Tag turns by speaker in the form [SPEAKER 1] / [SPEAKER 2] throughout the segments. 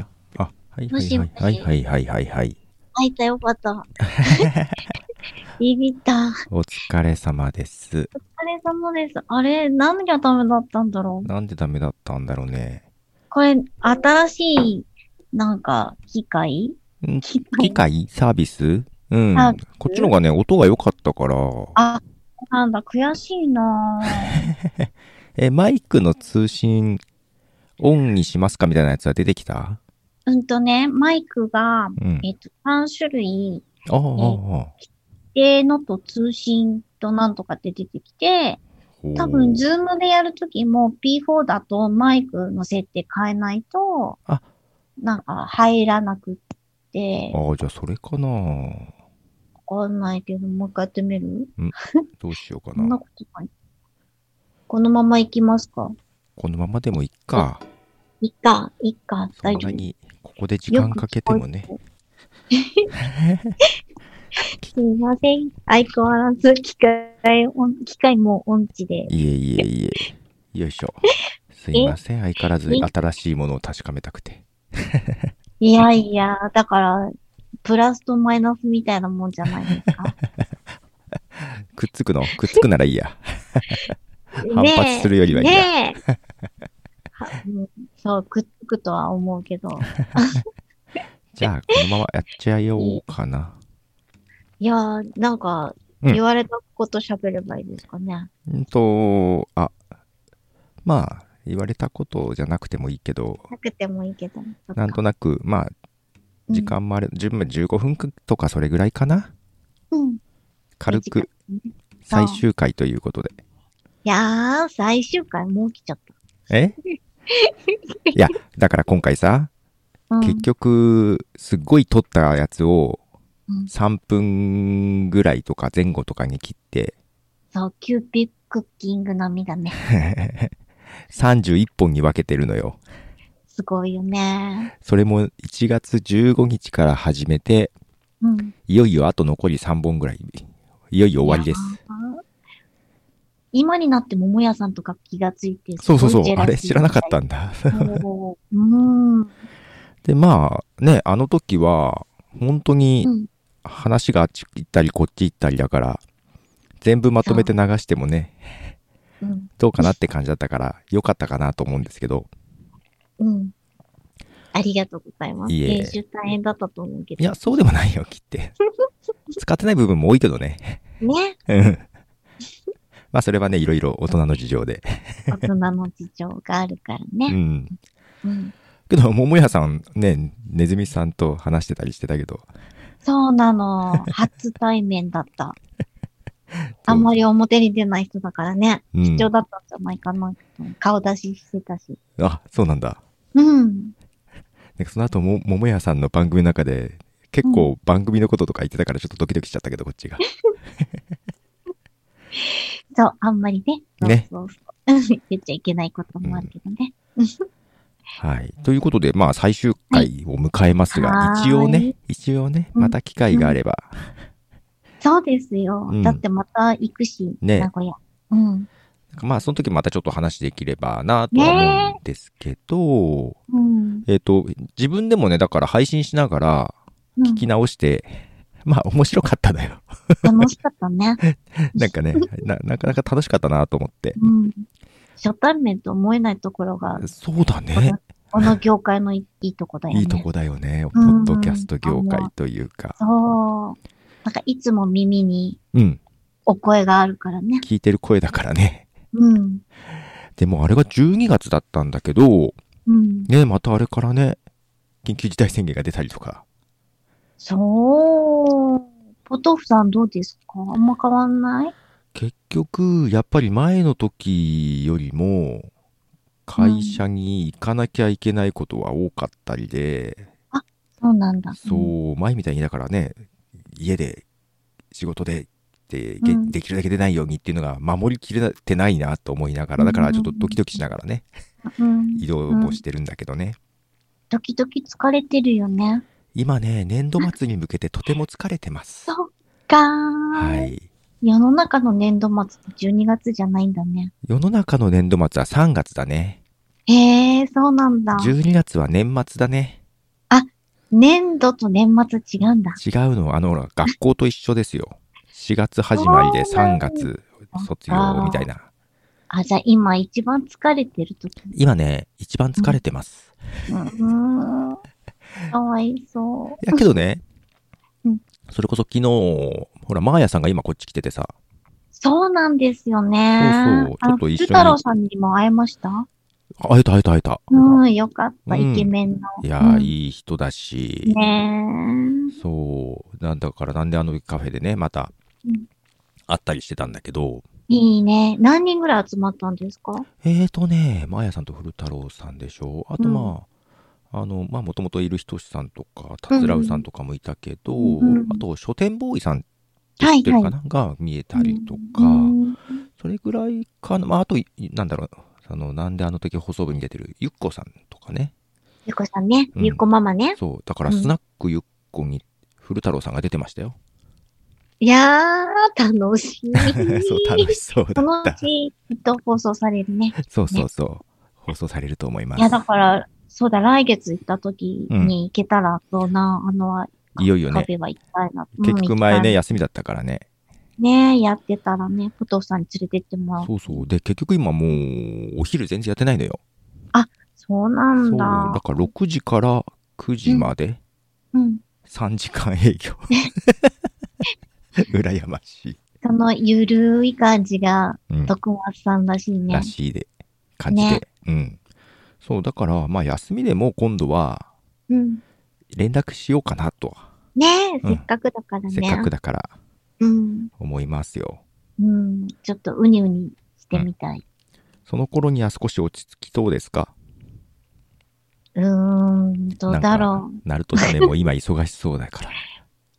[SPEAKER 1] はい
[SPEAKER 2] もしもし
[SPEAKER 1] はいはいはいはいはいはい。
[SPEAKER 2] 開いたよ、また。ビビった。お疲
[SPEAKER 1] お疲れ様です。
[SPEAKER 2] れ様です。あれ、何がダメだったんだろう。
[SPEAKER 1] なんでダメだったんだろうね。
[SPEAKER 2] これ、新しい、なんか、機械
[SPEAKER 1] ん
[SPEAKER 2] 機
[SPEAKER 1] 機械サービスうん
[SPEAKER 2] サービ。
[SPEAKER 1] こっちのがね、音が良かったから。
[SPEAKER 2] あ、なんだ、悔しいなぁ。
[SPEAKER 1] え、マイクの通信オンにしますかみたいなやつは出てきた
[SPEAKER 2] うんとね、マイクが、
[SPEAKER 1] うん。
[SPEAKER 2] えっと、3種類、
[SPEAKER 1] ああ、ああ
[SPEAKER 2] で、のと通信となんとかって出てきて、多
[SPEAKER 1] お
[SPEAKER 2] 分、
[SPEAKER 1] ー
[SPEAKER 2] ズームでやるときも P4 だとマイクの設定変えないと
[SPEAKER 1] あ、
[SPEAKER 2] なんか入らなくって、
[SPEAKER 1] ああ、じゃあそれかな。
[SPEAKER 2] わかんないけど、もう一回やってみる
[SPEAKER 1] どうしようか
[SPEAKER 2] そんな
[SPEAKER 1] な。
[SPEAKER 2] ことない。このまま行きますか
[SPEAKER 1] このままでもいっか。
[SPEAKER 2] いっか、いっか、
[SPEAKER 1] そ
[SPEAKER 2] 大
[SPEAKER 1] ん
[SPEAKER 2] 丈
[SPEAKER 1] な
[SPEAKER 2] 夫。
[SPEAKER 1] に、ここで時間かけてもね。
[SPEAKER 2] すいません。相変わらず機械音、機械も音痴で。
[SPEAKER 1] いえいえいえ。よいしょ。すいません。相変わらず新しいものを確かめたくて。
[SPEAKER 2] いやいや、だから、プラスとマイナスみたいなもんじゃないですか。
[SPEAKER 1] くっつくのくっつくならいいや。 反発するよりはいいや
[SPEAKER 2] ねえ。 はうんそう、くっつくとは思うけど。
[SPEAKER 1] じゃあ、このままやっちゃようかな。
[SPEAKER 2] いやー、なんか、
[SPEAKER 1] うん
[SPEAKER 2] 言われたこと喋ればいいですかね。
[SPEAKER 1] うんと、あ、まあ、言われたことじゃなくてもいいけど、
[SPEAKER 2] なくてもいいけど。そっか
[SPEAKER 1] なんとなく、まあ、時。間もあれ、10分、15分とかそれぐらいかな。
[SPEAKER 2] うん。うんい
[SPEAKER 1] 軽く、
[SPEAKER 2] そう
[SPEAKER 1] 最終回ということで。
[SPEAKER 2] やー、最終回もう来ちゃっ
[SPEAKER 1] えいや、だから今回さ、
[SPEAKER 2] た。うん、
[SPEAKER 1] 結局、すっごい撮ったやつを
[SPEAKER 2] うん、
[SPEAKER 1] 3分ぐらいとか前後とかに切って、
[SPEAKER 2] そう、キューピックッキング並みだね。
[SPEAKER 1] 31本に分けてるのよ。
[SPEAKER 2] すごいよね。
[SPEAKER 1] それも1月15日から始めて、
[SPEAKER 2] うん。
[SPEAKER 1] いよいよあと残り3本ぐらい。いよいよ終わりです。
[SPEAKER 2] あー今になってももやさんとか気がついて。
[SPEAKER 1] そうそうそ。
[SPEAKER 2] すごいうジェ
[SPEAKER 1] あ
[SPEAKER 2] ラシー
[SPEAKER 1] れ知らなかったんだ。
[SPEAKER 2] おーうーん。
[SPEAKER 1] で、まあね、あの時は、本当に
[SPEAKER 2] うん
[SPEAKER 1] 話があっち行ったりこっち行ったりだから、全部まとめて流してもね、
[SPEAKER 2] うん。
[SPEAKER 1] どうかなって感じだったから、よかったかなと思うんですけど、
[SPEAKER 2] うん。ありがとうございます。
[SPEAKER 1] いえ
[SPEAKER 2] 練習大変だったと思うけど。
[SPEAKER 1] いや、そうでもないよ、切って。 使ってない部分も多いけどね。
[SPEAKER 2] ね。
[SPEAKER 1] うんまあ、それはね、いろいろ大人の事情で。
[SPEAKER 2] 大人の事情があるから
[SPEAKER 1] う
[SPEAKER 2] ね。
[SPEAKER 1] ん。
[SPEAKER 2] うん。
[SPEAKER 1] けど、桃屋さんね、ネズミさんと話してたりしてたけど、
[SPEAKER 2] そうなの。初対面 だった。あんまり表に出ない人だからね。
[SPEAKER 1] うん
[SPEAKER 2] 貴重だったんじゃないかな。顔出ししてたし。
[SPEAKER 1] あ、そうなんだ。
[SPEAKER 2] うん。
[SPEAKER 1] なんかその後も、桃屋さんの番組の中で、結構番組のこととか言ってたからちょっとドキドキしちゃったけど、こっちが。
[SPEAKER 2] そう、あんまりね。そう
[SPEAKER 1] ね
[SPEAKER 2] そうそううん言っちゃいけないこともあるけどね。
[SPEAKER 1] はい。ということで、まあ、最終回を迎えますが、
[SPEAKER 2] はい
[SPEAKER 1] 一応ね、一応ね、
[SPEAKER 2] うん
[SPEAKER 1] また機会があれば、
[SPEAKER 2] そうですよ、
[SPEAKER 1] うん
[SPEAKER 2] だってまた行くし、
[SPEAKER 1] ね
[SPEAKER 2] 名古屋。うん。
[SPEAKER 1] なんかまあ、その時またちょっと話できればなとは思うんですけど、
[SPEAKER 2] うん。
[SPEAKER 1] えっ、と、自分でもね、だから配信しながら、
[SPEAKER 2] うん
[SPEAKER 1] 聞き直して、まあ面白かったの よ。
[SPEAKER 2] 楽しかったね。
[SPEAKER 1] なんかねな、なかなか楽しかったなと思って。
[SPEAKER 2] うん。初対面と思えないところが、
[SPEAKER 1] そうだ
[SPEAKER 2] こ
[SPEAKER 1] ね
[SPEAKER 2] の。この業界のいいいとこだよね。
[SPEAKER 1] いいとこだよね。ポ
[SPEAKER 2] うん
[SPEAKER 1] ッドキャスト業界というか。
[SPEAKER 2] そう。なんかいつも耳に
[SPEAKER 1] うん。
[SPEAKER 2] お声があるからね。
[SPEAKER 1] 聞いてる声だからね。
[SPEAKER 2] うん。
[SPEAKER 1] でもあれが12月だったんだけど、
[SPEAKER 2] うん。
[SPEAKER 1] ね、またあれからね、緊急事態宣言が出たりとか。
[SPEAKER 2] そう。ポトフさんどうですかあんま変わんない
[SPEAKER 1] 結局、やっぱり前の時よりも、会社に行かなきゃいけないことは多かったりで、
[SPEAKER 2] そうなんだ。
[SPEAKER 1] そう、前みたいにだからね、家で、仕事で、で、げ
[SPEAKER 2] うん
[SPEAKER 1] できるだけ出ないようにっていうのが守りきれてないなと思いながら、だからちょっとドキドキしながらね、
[SPEAKER 2] うん。
[SPEAKER 1] 移動もしてるんだけどね。
[SPEAKER 2] 時々疲れてるよね。
[SPEAKER 1] 今ね、年度末に向けてとても疲れてます。
[SPEAKER 2] そっかー、
[SPEAKER 1] はい。
[SPEAKER 2] 世の中の年度末って12月じゃないんだね。
[SPEAKER 1] 世の中の年度末は3月だね。
[SPEAKER 2] へえ、そうなんだ。
[SPEAKER 1] 12月は年末だね。
[SPEAKER 2] 年度と年末違うんだ。
[SPEAKER 1] 違うのは、あの、ほら、学校と一緒ですよ。4月始まりで
[SPEAKER 2] そうな
[SPEAKER 1] 3
[SPEAKER 2] んだ
[SPEAKER 1] 月卒業みたいな。
[SPEAKER 2] あ、じゃあ今一番疲れてる 時。
[SPEAKER 1] 今ね、一番疲れてます。
[SPEAKER 2] うーん。かわいそ
[SPEAKER 1] いやけどね
[SPEAKER 2] うん、
[SPEAKER 1] それこそ昨日、ほら、マーヤさんが今こっち来ててさ、
[SPEAKER 2] う。そうなんですよね。
[SPEAKER 1] そうそうちょっと一緒に
[SPEAKER 2] あの鶴太郎さんにも会えました
[SPEAKER 1] あ会えた会えた会えた。
[SPEAKER 2] うん、よかった。
[SPEAKER 1] うん
[SPEAKER 2] イケメンの。
[SPEAKER 1] いやー、
[SPEAKER 2] うん
[SPEAKER 1] いい人だし、
[SPEAKER 2] ね
[SPEAKER 1] そう、なんだから、なんであのカフェでね、また
[SPEAKER 2] うん、
[SPEAKER 1] 会ったりしてたんだけど、
[SPEAKER 2] え。いいね。何人ぐらい集まったんですか
[SPEAKER 1] えーとね、マーヤさんと古太郎さんでしょ。あと
[SPEAKER 2] うん
[SPEAKER 1] まあ、あの、まあ、もともといるひとしさんとか、たつらうさんとかもいたけど、
[SPEAKER 2] うんうん
[SPEAKER 1] あと、書店ボーイさんって
[SPEAKER 2] はい
[SPEAKER 1] いう
[SPEAKER 2] は
[SPEAKER 1] の
[SPEAKER 2] い
[SPEAKER 1] か。な、が見えたりとか、
[SPEAKER 2] うん
[SPEAKER 1] それぐらいかな。まあ、あと、いなんだろう、あの、なんであの時放送部に出てるゆっこさんとかね。
[SPEAKER 2] ゆっこさんね。
[SPEAKER 1] うん
[SPEAKER 2] ゆっこママね。
[SPEAKER 1] そう、だから、
[SPEAKER 2] うん
[SPEAKER 1] スナックゆっこに古太郎さんが出てましたよ。
[SPEAKER 2] いやー、楽しい。
[SPEAKER 1] そう、楽しそうだっ
[SPEAKER 2] このう
[SPEAKER 1] た。
[SPEAKER 2] ち、きっと放送されるね。
[SPEAKER 1] そうそうそう。放送されると思いま
[SPEAKER 2] いや、だ
[SPEAKER 1] す。
[SPEAKER 2] から、そうだ、来月行った時に行けたら、どうな、あの、
[SPEAKER 1] いよいよ
[SPEAKER 2] カ
[SPEAKER 1] ね
[SPEAKER 2] フ。ェは行きたいな。うん
[SPEAKER 1] 結局前。
[SPEAKER 2] 行きた
[SPEAKER 1] ね、
[SPEAKER 2] い
[SPEAKER 1] 休みだったからね。
[SPEAKER 2] ねやってたらね、武藤さんに連れてってもらおう。
[SPEAKER 1] そうそう。で、結局今もう、お昼全然やってないのよ。
[SPEAKER 2] そうな
[SPEAKER 1] そ
[SPEAKER 2] ん
[SPEAKER 1] う。だ
[SPEAKER 2] だ。
[SPEAKER 1] から6時から9時まで
[SPEAKER 2] うん。
[SPEAKER 1] 3時間営 業。羨ましい。
[SPEAKER 2] その、ゆるい感じが、
[SPEAKER 1] うん。
[SPEAKER 2] 徳松さんらしいね
[SPEAKER 1] ら。しいで、感じ
[SPEAKER 2] ね
[SPEAKER 1] で。うん。そう、だから、まあ休みでも今度は
[SPEAKER 2] うん。
[SPEAKER 1] 連絡しようかなと、
[SPEAKER 2] ね
[SPEAKER 1] うん
[SPEAKER 2] せっかくだからね。
[SPEAKER 1] せっかくだから
[SPEAKER 2] うん。
[SPEAKER 1] 思いますよ。
[SPEAKER 2] うん。ちょっと、うにうにしてみたい。
[SPEAKER 1] その頃には少し落ち着きそうですか
[SPEAKER 2] うーん、どうだろう。
[SPEAKER 1] ナルトさんでも今忙しそうだ から。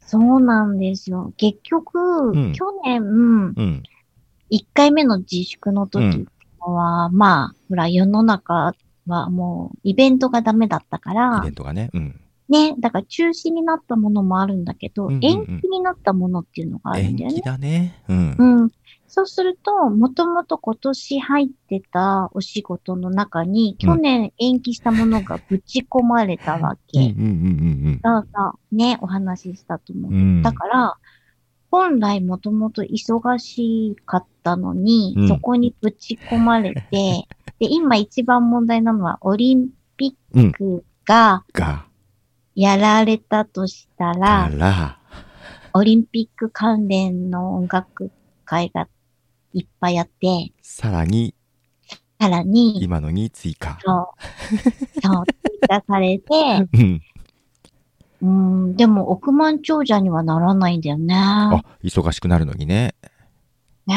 [SPEAKER 2] そうなんですよ。結局、
[SPEAKER 1] うん
[SPEAKER 2] 去年、
[SPEAKER 1] うん。
[SPEAKER 2] 1回目の自粛の時っていうのは、まあ、ほら、世の中はもう、イベントがダメだったか
[SPEAKER 1] イ
[SPEAKER 2] ら
[SPEAKER 1] ベ、ントがね。うん。
[SPEAKER 2] ね、だから中止になったものもあるんだけど、
[SPEAKER 1] うんうんうん
[SPEAKER 2] 延期になったものっていうのがあるん
[SPEAKER 1] 延
[SPEAKER 2] だよ
[SPEAKER 1] 期
[SPEAKER 2] ね。
[SPEAKER 1] だね。うん
[SPEAKER 2] う。ん。そうすると、もともと今年入ってたお仕事の中に、去年延期したものがぶち込まれたわ
[SPEAKER 1] うんうん
[SPEAKER 2] け。
[SPEAKER 1] うん
[SPEAKER 2] だから、ね、お話ししたと思う
[SPEAKER 1] うんうん。
[SPEAKER 2] だから、本来もともと忙しかったのに、
[SPEAKER 1] うん
[SPEAKER 2] そこにぶち込まれて、 で、今一番問題なのは、オリンピックが
[SPEAKER 1] が、
[SPEAKER 2] やられたとしたら、
[SPEAKER 1] から、
[SPEAKER 2] オリンピック関連の音楽会がいっぱいあって、
[SPEAKER 1] さらに、
[SPEAKER 2] さらに、
[SPEAKER 1] 今のに追加。
[SPEAKER 2] そう、そう、追加されて、
[SPEAKER 1] うん。
[SPEAKER 2] うん、でも億万長者にはならないんだよね。
[SPEAKER 1] あ、忙しくなるのにね。
[SPEAKER 2] ねえ、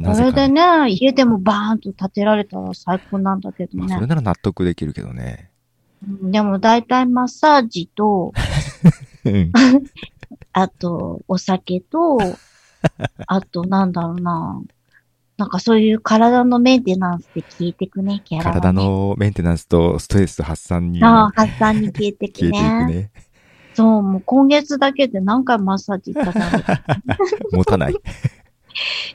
[SPEAKER 1] な
[SPEAKER 2] こ
[SPEAKER 1] ぜかね
[SPEAKER 2] れでね、家でもバーンと建てられたら最高なんだけど
[SPEAKER 1] まあ、それ
[SPEAKER 2] ね。
[SPEAKER 1] なら納得できるけどね。
[SPEAKER 2] うんでも大体マッサージ と、
[SPEAKER 1] うん
[SPEAKER 2] あとお 酒と、あとなんだろうな。なんかそういう体のメンテナンスって消えてくね、キャラ、ね。
[SPEAKER 1] 体。のメンテナンスとストレス発散に
[SPEAKER 2] ああ
[SPEAKER 1] 消、
[SPEAKER 2] 発散に消えて
[SPEAKER 1] えて
[SPEAKER 2] く
[SPEAKER 1] いく
[SPEAKER 2] ね。
[SPEAKER 1] ね。
[SPEAKER 2] そう、もう今月だけで何回マッサージ行っただろ
[SPEAKER 1] 持たない。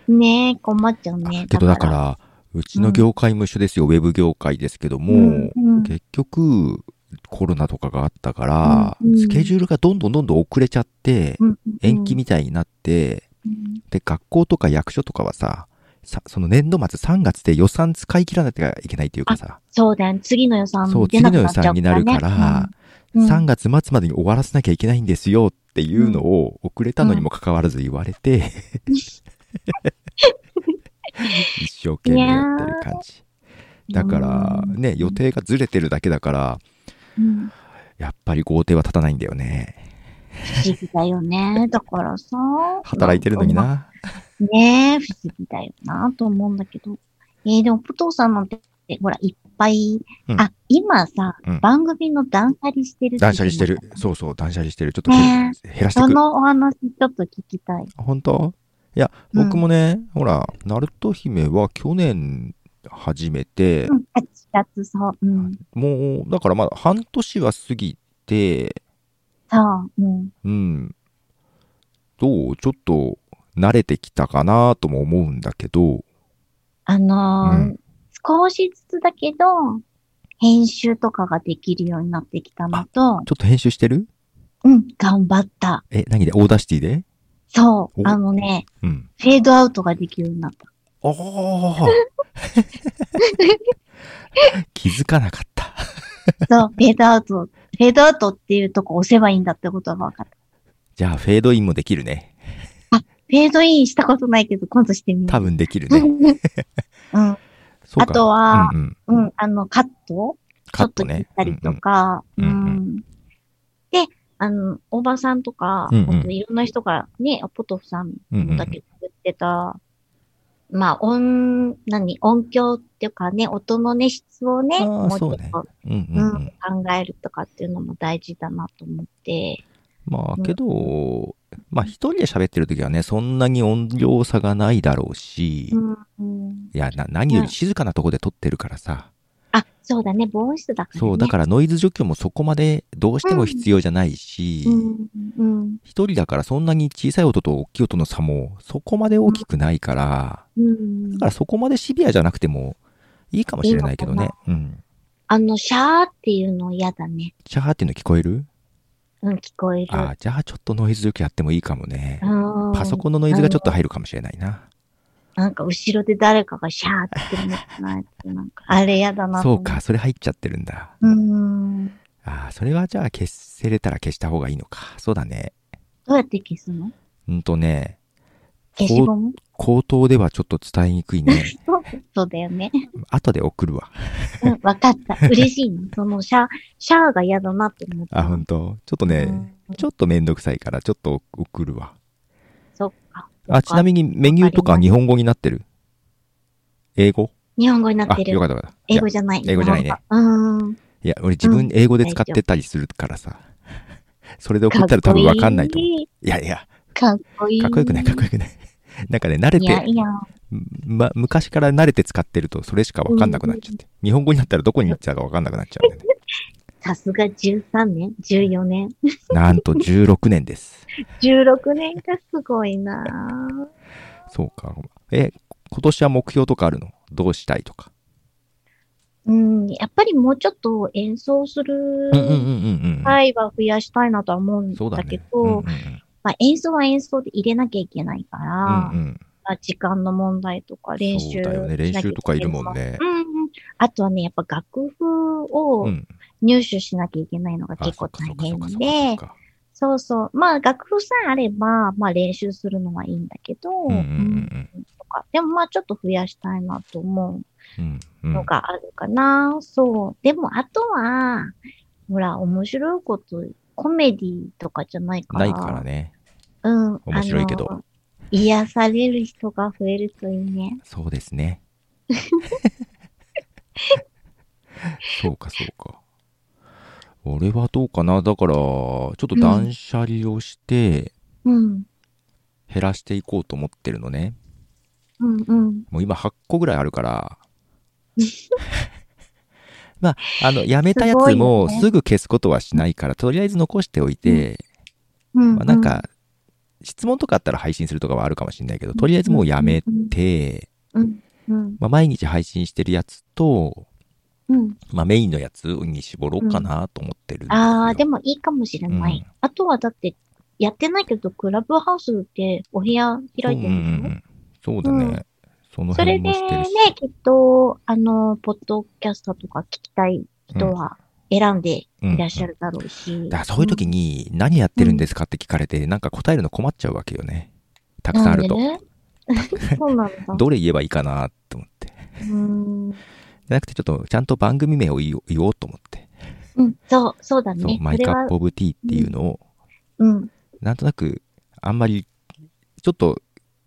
[SPEAKER 2] う。ねえ、困っちゃう ね。
[SPEAKER 1] けどだから、うちの業界も一緒ですよ。ウェブ業界ですけど
[SPEAKER 2] ら、うん
[SPEAKER 1] も、
[SPEAKER 2] うん、
[SPEAKER 1] 結局、コロナとかがあったから
[SPEAKER 2] う、んうん
[SPEAKER 1] スケジュールがどんどんどんどん遅れちゃって、
[SPEAKER 2] うん
[SPEAKER 1] 延期、みたいになって、
[SPEAKER 2] うん
[SPEAKER 1] で、学校とか役所とかはさ、さその年度末3月で予算使い切らなきゃいけないというかさ、
[SPEAKER 2] そうだよね。次の予算
[SPEAKER 1] そう、
[SPEAKER 2] 出
[SPEAKER 1] 次
[SPEAKER 2] な
[SPEAKER 1] の
[SPEAKER 2] く
[SPEAKER 1] 予
[SPEAKER 2] なっちゃうから、ね。
[SPEAKER 1] 算になるから、
[SPEAKER 2] うん、
[SPEAKER 1] 3月末までに終わらせなきゃいけないんですよっていうのを遅れたのにもかかわらず言われて、 一生懸命やってる感じ。だから、ね、予定がずれてるだけだから、
[SPEAKER 2] うん
[SPEAKER 1] やっぱり豪邸は立たないんだよね。
[SPEAKER 2] 不思議だ よね。だからさ。
[SPEAKER 1] 働いてるのに
[SPEAKER 2] んか。
[SPEAKER 1] な。
[SPEAKER 2] ねえ、不思議だよなと思うんだけど。えー、でも、武藤さんなんて、ほら、いっぱい、
[SPEAKER 1] うん
[SPEAKER 2] あ、今さ、
[SPEAKER 1] うん
[SPEAKER 2] 番組の断捨離してるって言
[SPEAKER 1] 断
[SPEAKER 2] っ
[SPEAKER 1] 捨
[SPEAKER 2] てま
[SPEAKER 1] 離
[SPEAKER 2] し
[SPEAKER 1] したてる。そうそう、断捨離してる。ちょっと減
[SPEAKER 2] ね
[SPEAKER 1] らして
[SPEAKER 2] そ
[SPEAKER 1] く。
[SPEAKER 2] のお話、ちょっと聞きたい。
[SPEAKER 1] 本当いや、
[SPEAKER 2] うん
[SPEAKER 1] 僕もね、ほら、ナルト姫は去年始めて
[SPEAKER 2] う、ん、8月、そう、うん、
[SPEAKER 1] もう、だからまだ半年は過ぎて、
[SPEAKER 2] そう、うん。
[SPEAKER 1] うん、どうちょっと慣れてきたかなとも思うんだけど、
[SPEAKER 2] あのー
[SPEAKER 1] うん
[SPEAKER 2] 少しずつだけど、編集とかができるようになってきたのと、
[SPEAKER 1] ちょっと編集してる
[SPEAKER 2] うん、頑張った。
[SPEAKER 1] え、何でオーダーシティでお
[SPEAKER 2] そう、あのね、
[SPEAKER 1] うん。
[SPEAKER 2] フェードアウトができるようになった。
[SPEAKER 1] あ あ気づかなかった。
[SPEAKER 2] そう、フェードアウト、フェードアウトっていうとこ押せばいいんだってことが分かった。
[SPEAKER 1] じゃあ、フェードインもできるね。
[SPEAKER 2] フェードインしたことないけど、今度してみよ
[SPEAKER 1] 多分できるね。
[SPEAKER 2] う。うん。
[SPEAKER 1] そうか。
[SPEAKER 2] あとは
[SPEAKER 1] うんうん、
[SPEAKER 2] うん、あの、カット
[SPEAKER 1] カット
[SPEAKER 2] ちょっと切
[SPEAKER 1] ね
[SPEAKER 2] っ。たりとか、
[SPEAKER 1] う
[SPEAKER 2] うんん
[SPEAKER 1] うん
[SPEAKER 2] で、あの、大場さんとか、
[SPEAKER 1] うんうん
[SPEAKER 2] ほんといろんな人がね、ポトフさん
[SPEAKER 1] うんうんうん
[SPEAKER 2] だけ作ってた、まあ、音、何、音響っていうかね、音のね、質をね、
[SPEAKER 1] あー
[SPEAKER 2] もうち
[SPEAKER 1] そ
[SPEAKER 2] ょ
[SPEAKER 1] う
[SPEAKER 2] っ
[SPEAKER 1] ね
[SPEAKER 2] と
[SPEAKER 1] うんうん
[SPEAKER 2] う
[SPEAKER 1] うんんうん
[SPEAKER 2] 考えるとかっていうのも大事だなと思って、
[SPEAKER 1] ま
[SPEAKER 2] う
[SPEAKER 1] あ
[SPEAKER 2] ん
[SPEAKER 1] けど、まあ一人で喋ってる時はね、そんなに音量差がないだろうし、
[SPEAKER 2] うんうん
[SPEAKER 1] いやな、何よ
[SPEAKER 2] う
[SPEAKER 1] り
[SPEAKER 2] ん
[SPEAKER 1] 静かなとこで撮ってるからさ、
[SPEAKER 2] あ、そうだね、ボ音室だからね。
[SPEAKER 1] そう、だからノイズ除去もそこまでどうしても必要じゃないし、
[SPEAKER 2] うん、うん、
[SPEAKER 1] 一人だからそんなに小さい音と大きい音の差もそこまで大きくないから、
[SPEAKER 2] うん
[SPEAKER 1] だか。らそこまでシビアじゃなくてもいいかもしれないけど
[SPEAKER 2] いい
[SPEAKER 1] ね
[SPEAKER 2] の。
[SPEAKER 1] うん。
[SPEAKER 2] あの、シャーっていうの嫌だね。
[SPEAKER 1] シャーっていうの聞こえる
[SPEAKER 2] うん、聞こえる。
[SPEAKER 1] ああ、じゃあちょっとノイズ除去やってもいいかもね。
[SPEAKER 2] うん
[SPEAKER 1] パソコンのノイズがちょっと入るかもしれないな。
[SPEAKER 2] なんか後ろで誰かがシャーって持ってないと、なんか、あれやだな。
[SPEAKER 1] そう。か、それ入っちゃってるんだ。
[SPEAKER 2] うーん。
[SPEAKER 1] ああ、それはじゃあ消せれたら消した方がいいのか。そうだね。
[SPEAKER 2] どうやって消すの
[SPEAKER 1] うんとね、
[SPEAKER 2] 消しゴム
[SPEAKER 1] 口頭ではちょっと伝えにくい ね。
[SPEAKER 2] そうだよね。
[SPEAKER 1] 後で送るわ。
[SPEAKER 2] うん、わかった。嬉しいの。そのシャー、シャーが嫌だなって思った。
[SPEAKER 1] あ、ほんと。ちょっとね、
[SPEAKER 2] うん
[SPEAKER 1] ちょっとめんどくさいから、ちょっと送るわ。
[SPEAKER 2] そっか。
[SPEAKER 1] あ、ちなみにメニューとか日本語になってる英語
[SPEAKER 2] 日本語にな
[SPEAKER 1] あ
[SPEAKER 2] っ、てる
[SPEAKER 1] よか。ったよかった。
[SPEAKER 2] 英語じゃない。
[SPEAKER 1] 英語じゃないね
[SPEAKER 2] 日本語。うーん。
[SPEAKER 1] いや、俺自分英語で使ってたりするからさ。 それで送ったら多分わかんないと思う。
[SPEAKER 2] 思
[SPEAKER 1] いやいや、
[SPEAKER 2] う。かっこいい。
[SPEAKER 1] かっこよくない、かっこ
[SPEAKER 2] い
[SPEAKER 1] よくない。 なんかね、慣れ
[SPEAKER 2] い
[SPEAKER 1] て、
[SPEAKER 2] やいや、
[SPEAKER 1] ま、昔から慣れて使ってるとそれしか分かんなくなっちゃって、日本語になったらどこに行っちゃうか分かんなくなっちゃうんだ よね
[SPEAKER 2] さすが13年 ?14 年
[SPEAKER 1] なんと16年です
[SPEAKER 2] ?16 年がすごいなぁ。
[SPEAKER 1] そうかえ今年は目標とかあるのどうしたいとか
[SPEAKER 2] うん、やっぱりもうちょっと演奏する
[SPEAKER 1] うんうんうんうんうん
[SPEAKER 2] 会は増やしたいなとは思うん
[SPEAKER 1] そうだ
[SPEAKER 2] だ
[SPEAKER 1] ね
[SPEAKER 2] け
[SPEAKER 1] うんうんう
[SPEAKER 2] ど、
[SPEAKER 1] ん
[SPEAKER 2] まあ演奏は演奏で入れなきゃいけないから、
[SPEAKER 1] うんう
[SPEAKER 2] ま
[SPEAKER 1] ん
[SPEAKER 2] あ時間の問題とか練習
[SPEAKER 1] そうだよね
[SPEAKER 2] しなきゃ
[SPEAKER 1] 練習とかいるもんね
[SPEAKER 2] うんうん。あとはね、やっぱ楽譜
[SPEAKER 1] う
[SPEAKER 2] を
[SPEAKER 1] ん
[SPEAKER 2] 入手しなきゃいけないのが
[SPEAKER 1] あ
[SPEAKER 2] 結構大変
[SPEAKER 1] そっかそっかそっかそっかそっ
[SPEAKER 2] で、
[SPEAKER 1] か
[SPEAKER 2] そうそう。まあ楽譜さえあれば、まあ練習するのはいいんだけど、
[SPEAKER 1] うんうん
[SPEAKER 2] うんとかでもまあちょっと増やしたいなと思う。
[SPEAKER 1] うんうんう
[SPEAKER 2] の
[SPEAKER 1] ん
[SPEAKER 2] があるかな。そう。でも、あとは、ほら、面白いこと、コメディとかじゃないから。
[SPEAKER 1] ないからね
[SPEAKER 2] うん。
[SPEAKER 1] 面白いけど
[SPEAKER 2] あの。癒される人が増えるといいね。
[SPEAKER 1] そうです ねそうかそうか俺はどうかなだからちょっと断捨離をして、
[SPEAKER 2] うん。
[SPEAKER 1] 減らしていこうと思ってるのね。
[SPEAKER 2] うんうん。
[SPEAKER 1] もう今8個ぐらいある から。まあ、あの、やめたや
[SPEAKER 2] すご
[SPEAKER 1] つ
[SPEAKER 2] いよ
[SPEAKER 1] も
[SPEAKER 2] ね
[SPEAKER 1] すぐ消すことはしないから、とりあえず残しておいて、
[SPEAKER 2] うん、
[SPEAKER 1] まあ、なん、か、質問とかあったら配信するとかはあるかもしれないけど、とりあえずもうやめて、
[SPEAKER 2] うん。うん。
[SPEAKER 1] まあ、毎日配信してるやつと、
[SPEAKER 2] うん。
[SPEAKER 1] まあ、メインのやつに絞ろうかなと思ってるんですよ。
[SPEAKER 2] ああ、でもいいかもしれない。
[SPEAKER 1] うん
[SPEAKER 2] あとは、だって、やってないけど、クラブハウスってお部屋開いてる
[SPEAKER 1] うん
[SPEAKER 2] でしょ、
[SPEAKER 1] んうんうんそうだね。
[SPEAKER 2] うん
[SPEAKER 1] その
[SPEAKER 2] それ
[SPEAKER 1] 辺
[SPEAKER 2] で
[SPEAKER 1] も
[SPEAKER 2] ね
[SPEAKER 1] してるし。、
[SPEAKER 2] きっと、あの、ポッドキャストとか聞きたい人は選んでいらっしゃるだろうし。
[SPEAKER 1] だからそういう時に何やってるんですかって聞かれて、なんか答えるの困っちゃうわけよね。たくさんあると。
[SPEAKER 2] なんで ね、そうなんだ。
[SPEAKER 1] どれ言えばいいかなって思って。じ
[SPEAKER 2] うーん。
[SPEAKER 1] ゃなくてちょっとちゃんと番組名を言お言おうと思って。
[SPEAKER 2] うん、そう、そうだ
[SPEAKER 1] そう、
[SPEAKER 2] ね。
[SPEAKER 1] マイ
[SPEAKER 2] それ
[SPEAKER 1] カ
[SPEAKER 2] は
[SPEAKER 1] ップオブティーっていうのを、
[SPEAKER 2] うん。
[SPEAKER 1] なんとなく、あんまり、ちょっと、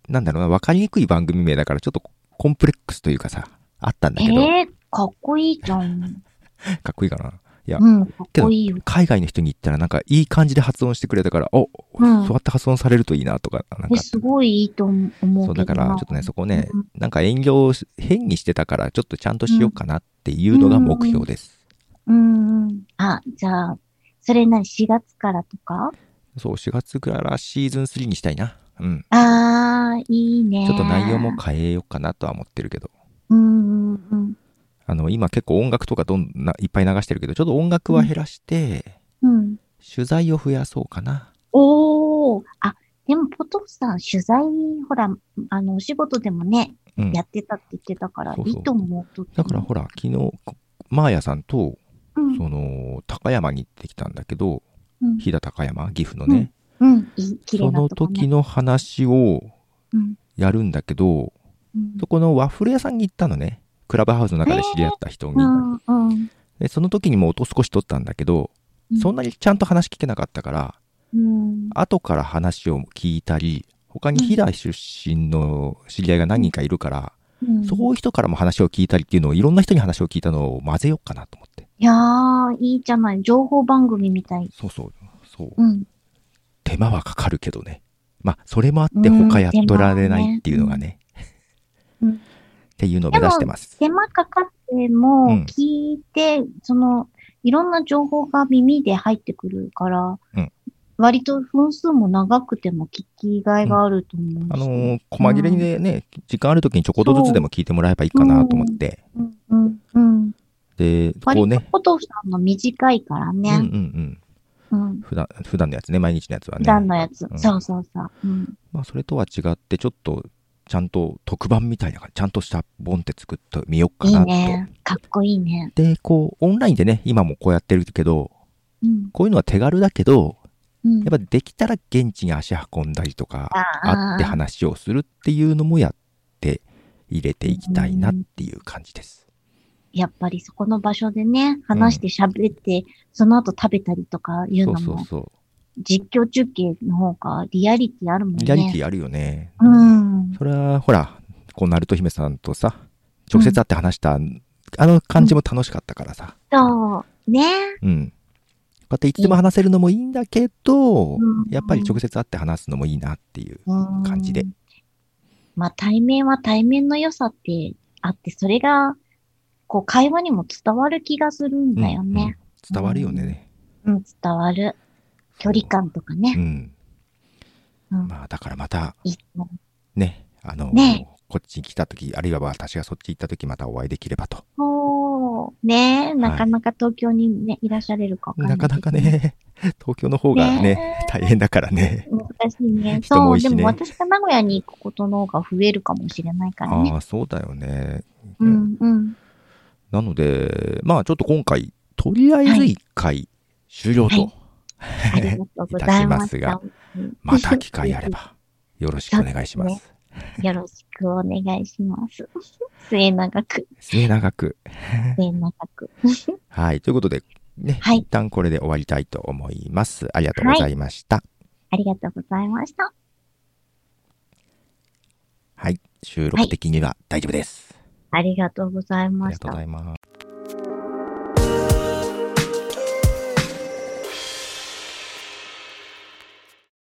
[SPEAKER 1] なんだろうな、わかりにくい番組名だからちょっとコンプレックスというかさ、あったんだけど、
[SPEAKER 2] えー、かっこいいじゃん。
[SPEAKER 1] かっこいいかな。いや、
[SPEAKER 2] うん、かっこいいよ。
[SPEAKER 1] 海外の人に言ったらなんかいい感じで発音してくれたから、お、
[SPEAKER 2] うん
[SPEAKER 1] そうやって発音されるといいなとか、なんかあっ
[SPEAKER 2] え、
[SPEAKER 1] て
[SPEAKER 2] すごいいいと思うけどな。
[SPEAKER 1] そうだから、ちょっとね、そこね
[SPEAKER 2] うん、
[SPEAKER 1] なんか遠慮をし変にしてたから、ちょっとちゃんとしようかなっていうのが目標です。
[SPEAKER 2] うんうん。あ、じゃあ、それなり4月からとか
[SPEAKER 1] そう、4月からシーズン3にしたいな。うん。
[SPEAKER 2] あー、いいね。
[SPEAKER 1] ちょっと内容も。変えようかなとは思ってるけど。
[SPEAKER 2] うんうんうん。
[SPEAKER 1] あの、今結構音楽とかどんないっぱい流してるけど、ちょっと音楽は減らして、
[SPEAKER 2] うん。
[SPEAKER 1] 取材を増やそうかな。
[SPEAKER 2] おー。あ、でも、ポトフさん、取材、ほら、あの、お仕事でもね、
[SPEAKER 1] うん。
[SPEAKER 2] やってたって言ってたから、
[SPEAKER 1] そうそう
[SPEAKER 2] いいと思うと。
[SPEAKER 1] だから、ほら、昨日、こマーヤさんと、
[SPEAKER 2] うん、
[SPEAKER 1] その、高山に行ってきたんだけど、
[SPEAKER 2] うん、
[SPEAKER 1] 飛騨高山、岐阜のね、
[SPEAKER 2] うん、いい、綺麗
[SPEAKER 1] そ
[SPEAKER 2] な
[SPEAKER 1] の
[SPEAKER 2] とこ、ね。
[SPEAKER 1] 時の話を
[SPEAKER 2] うん、
[SPEAKER 1] やるんだけど、
[SPEAKER 2] うん
[SPEAKER 1] そこのワッフル屋さんに行ったのね。クラブハウスの中で知り合った人に。
[SPEAKER 2] うん、うん。
[SPEAKER 1] でその時にも音少し取ったんだけど、
[SPEAKER 2] うん
[SPEAKER 1] そんなにちゃんと話聞けなかったから、
[SPEAKER 2] うん。
[SPEAKER 1] 後から話を聞いたり、他に
[SPEAKER 2] うん
[SPEAKER 1] 飛騨出身の知り合いが何人かいるから、
[SPEAKER 2] うん
[SPEAKER 1] そういう人からも話を聞いたりっていうのを、いろんな人に話を聞いたのを混ぜようかなと思って。
[SPEAKER 2] いやー、いいじゃない。情報番組みたい。
[SPEAKER 1] そうそう、そう。
[SPEAKER 2] うん。
[SPEAKER 1] 手間はかかるけどね。まあ、それもあって
[SPEAKER 2] うん
[SPEAKER 1] 他やっとられないっていうのがね。
[SPEAKER 2] うん
[SPEAKER 1] っていうのを目指してます。
[SPEAKER 2] 手間かかって
[SPEAKER 1] う
[SPEAKER 2] も
[SPEAKER 1] ん、
[SPEAKER 2] 聞いて、その、いろんな情報が耳で入ってくるから、
[SPEAKER 1] うん
[SPEAKER 2] 割と分数も長くても聞きがいがあると思うし。
[SPEAKER 1] あのー細切れにね、時間ある時にちょこっとずつでも聞いてもらえばいいかなと思って。
[SPEAKER 2] うん、うん、うん。
[SPEAKER 1] で、こう
[SPEAKER 2] 割と
[SPEAKER 1] ね、
[SPEAKER 2] ポトフさんの短いから
[SPEAKER 1] うんうん
[SPEAKER 2] ね。
[SPEAKER 1] うん。
[SPEAKER 2] うん。
[SPEAKER 1] 普段、普段のやつね、毎日のやつは
[SPEAKER 2] 普
[SPEAKER 1] ね。
[SPEAKER 2] 段のやつ
[SPEAKER 1] う。ん
[SPEAKER 2] そうそうそう。うん。
[SPEAKER 1] まあ、それとは違って、ちょっと、ちゃんと特番みたいな感じ、ちゃんとしたボンって作ってみようか
[SPEAKER 2] いい
[SPEAKER 1] なと。
[SPEAKER 2] ね。かっこいいね。
[SPEAKER 1] で、こう、オンラインでね、今もこうやってるけど、
[SPEAKER 2] うん。
[SPEAKER 1] こういうのは手軽だけど、
[SPEAKER 2] うん
[SPEAKER 1] やっぱできたら現地に足運んだりとか、
[SPEAKER 2] あー
[SPEAKER 1] 会って話をするっていうのもやって入れていきたいなっていう感じです。
[SPEAKER 2] やっぱりそこの場所でね、話して喋って、その後食べたりとかいう
[SPEAKER 1] そ
[SPEAKER 2] の
[SPEAKER 1] うそう
[SPEAKER 2] も、
[SPEAKER 1] そ
[SPEAKER 2] 実況中継の方がリアリティあるもん
[SPEAKER 1] う。
[SPEAKER 2] ね。
[SPEAKER 1] リアリティあるよね。
[SPEAKER 2] うん。
[SPEAKER 1] それは、ほら、こう、ナルト姫さんとさ、直接会って話した、あの感じも楽しかったからさ。
[SPEAKER 2] そう。ね。
[SPEAKER 1] うん。こうやっていつでも話せるのもいいんだけど、
[SPEAKER 2] うん
[SPEAKER 1] やっぱり直接会って話すのもいいなっていう。
[SPEAKER 2] うん
[SPEAKER 1] 感じで。
[SPEAKER 2] まあ対面は対面の良さってあって、それが、こう会話にも伝わる気がするんだよ
[SPEAKER 1] うんうん
[SPEAKER 2] ね。
[SPEAKER 1] 伝わるよね。
[SPEAKER 2] うん、伝わる。距離感とか
[SPEAKER 1] う
[SPEAKER 2] ね。
[SPEAKER 1] ん。
[SPEAKER 2] うん
[SPEAKER 1] まあ、だからまた、
[SPEAKER 2] いいね
[SPEAKER 1] ね、あの、
[SPEAKER 2] ね
[SPEAKER 1] こっちに来た時あるいは私がそっち行った時またお会いできればと。
[SPEAKER 2] おー。ねえ、なかなか東京にね、いらっしゃれるかわかんな。
[SPEAKER 1] ないかなか。ね、 東京の方がね、
[SPEAKER 2] ね
[SPEAKER 1] 大変だからね。
[SPEAKER 2] 難しい ね。
[SPEAKER 1] 人も
[SPEAKER 2] そ
[SPEAKER 1] 多
[SPEAKER 2] う、
[SPEAKER 1] いし
[SPEAKER 2] で
[SPEAKER 1] ね
[SPEAKER 2] も私が名古屋に行くことの方が増えるかもしれないからね。
[SPEAKER 1] ああ、そうだよね。
[SPEAKER 2] うん うん。
[SPEAKER 1] なので、まあちょっと今回、とりあえず1回終了と、
[SPEAKER 2] はいありがとうございま
[SPEAKER 1] いたします
[SPEAKER 2] す。
[SPEAKER 1] がまた機会あれ。ばよろしくお願いします。
[SPEAKER 2] よろしくお願いします。 末永く、
[SPEAKER 1] 末永く。
[SPEAKER 2] 末永く。
[SPEAKER 1] はい、ということで、ね、
[SPEAKER 2] はい
[SPEAKER 1] 一旦これで終わりたいと思います。ありがとうございました。
[SPEAKER 2] ありがとうございました。
[SPEAKER 1] はい、収録的には大丈夫です。
[SPEAKER 2] ありがとうござい
[SPEAKER 1] あ
[SPEAKER 2] ま
[SPEAKER 1] り
[SPEAKER 2] し
[SPEAKER 1] がと
[SPEAKER 2] た
[SPEAKER 1] うご。ざいます。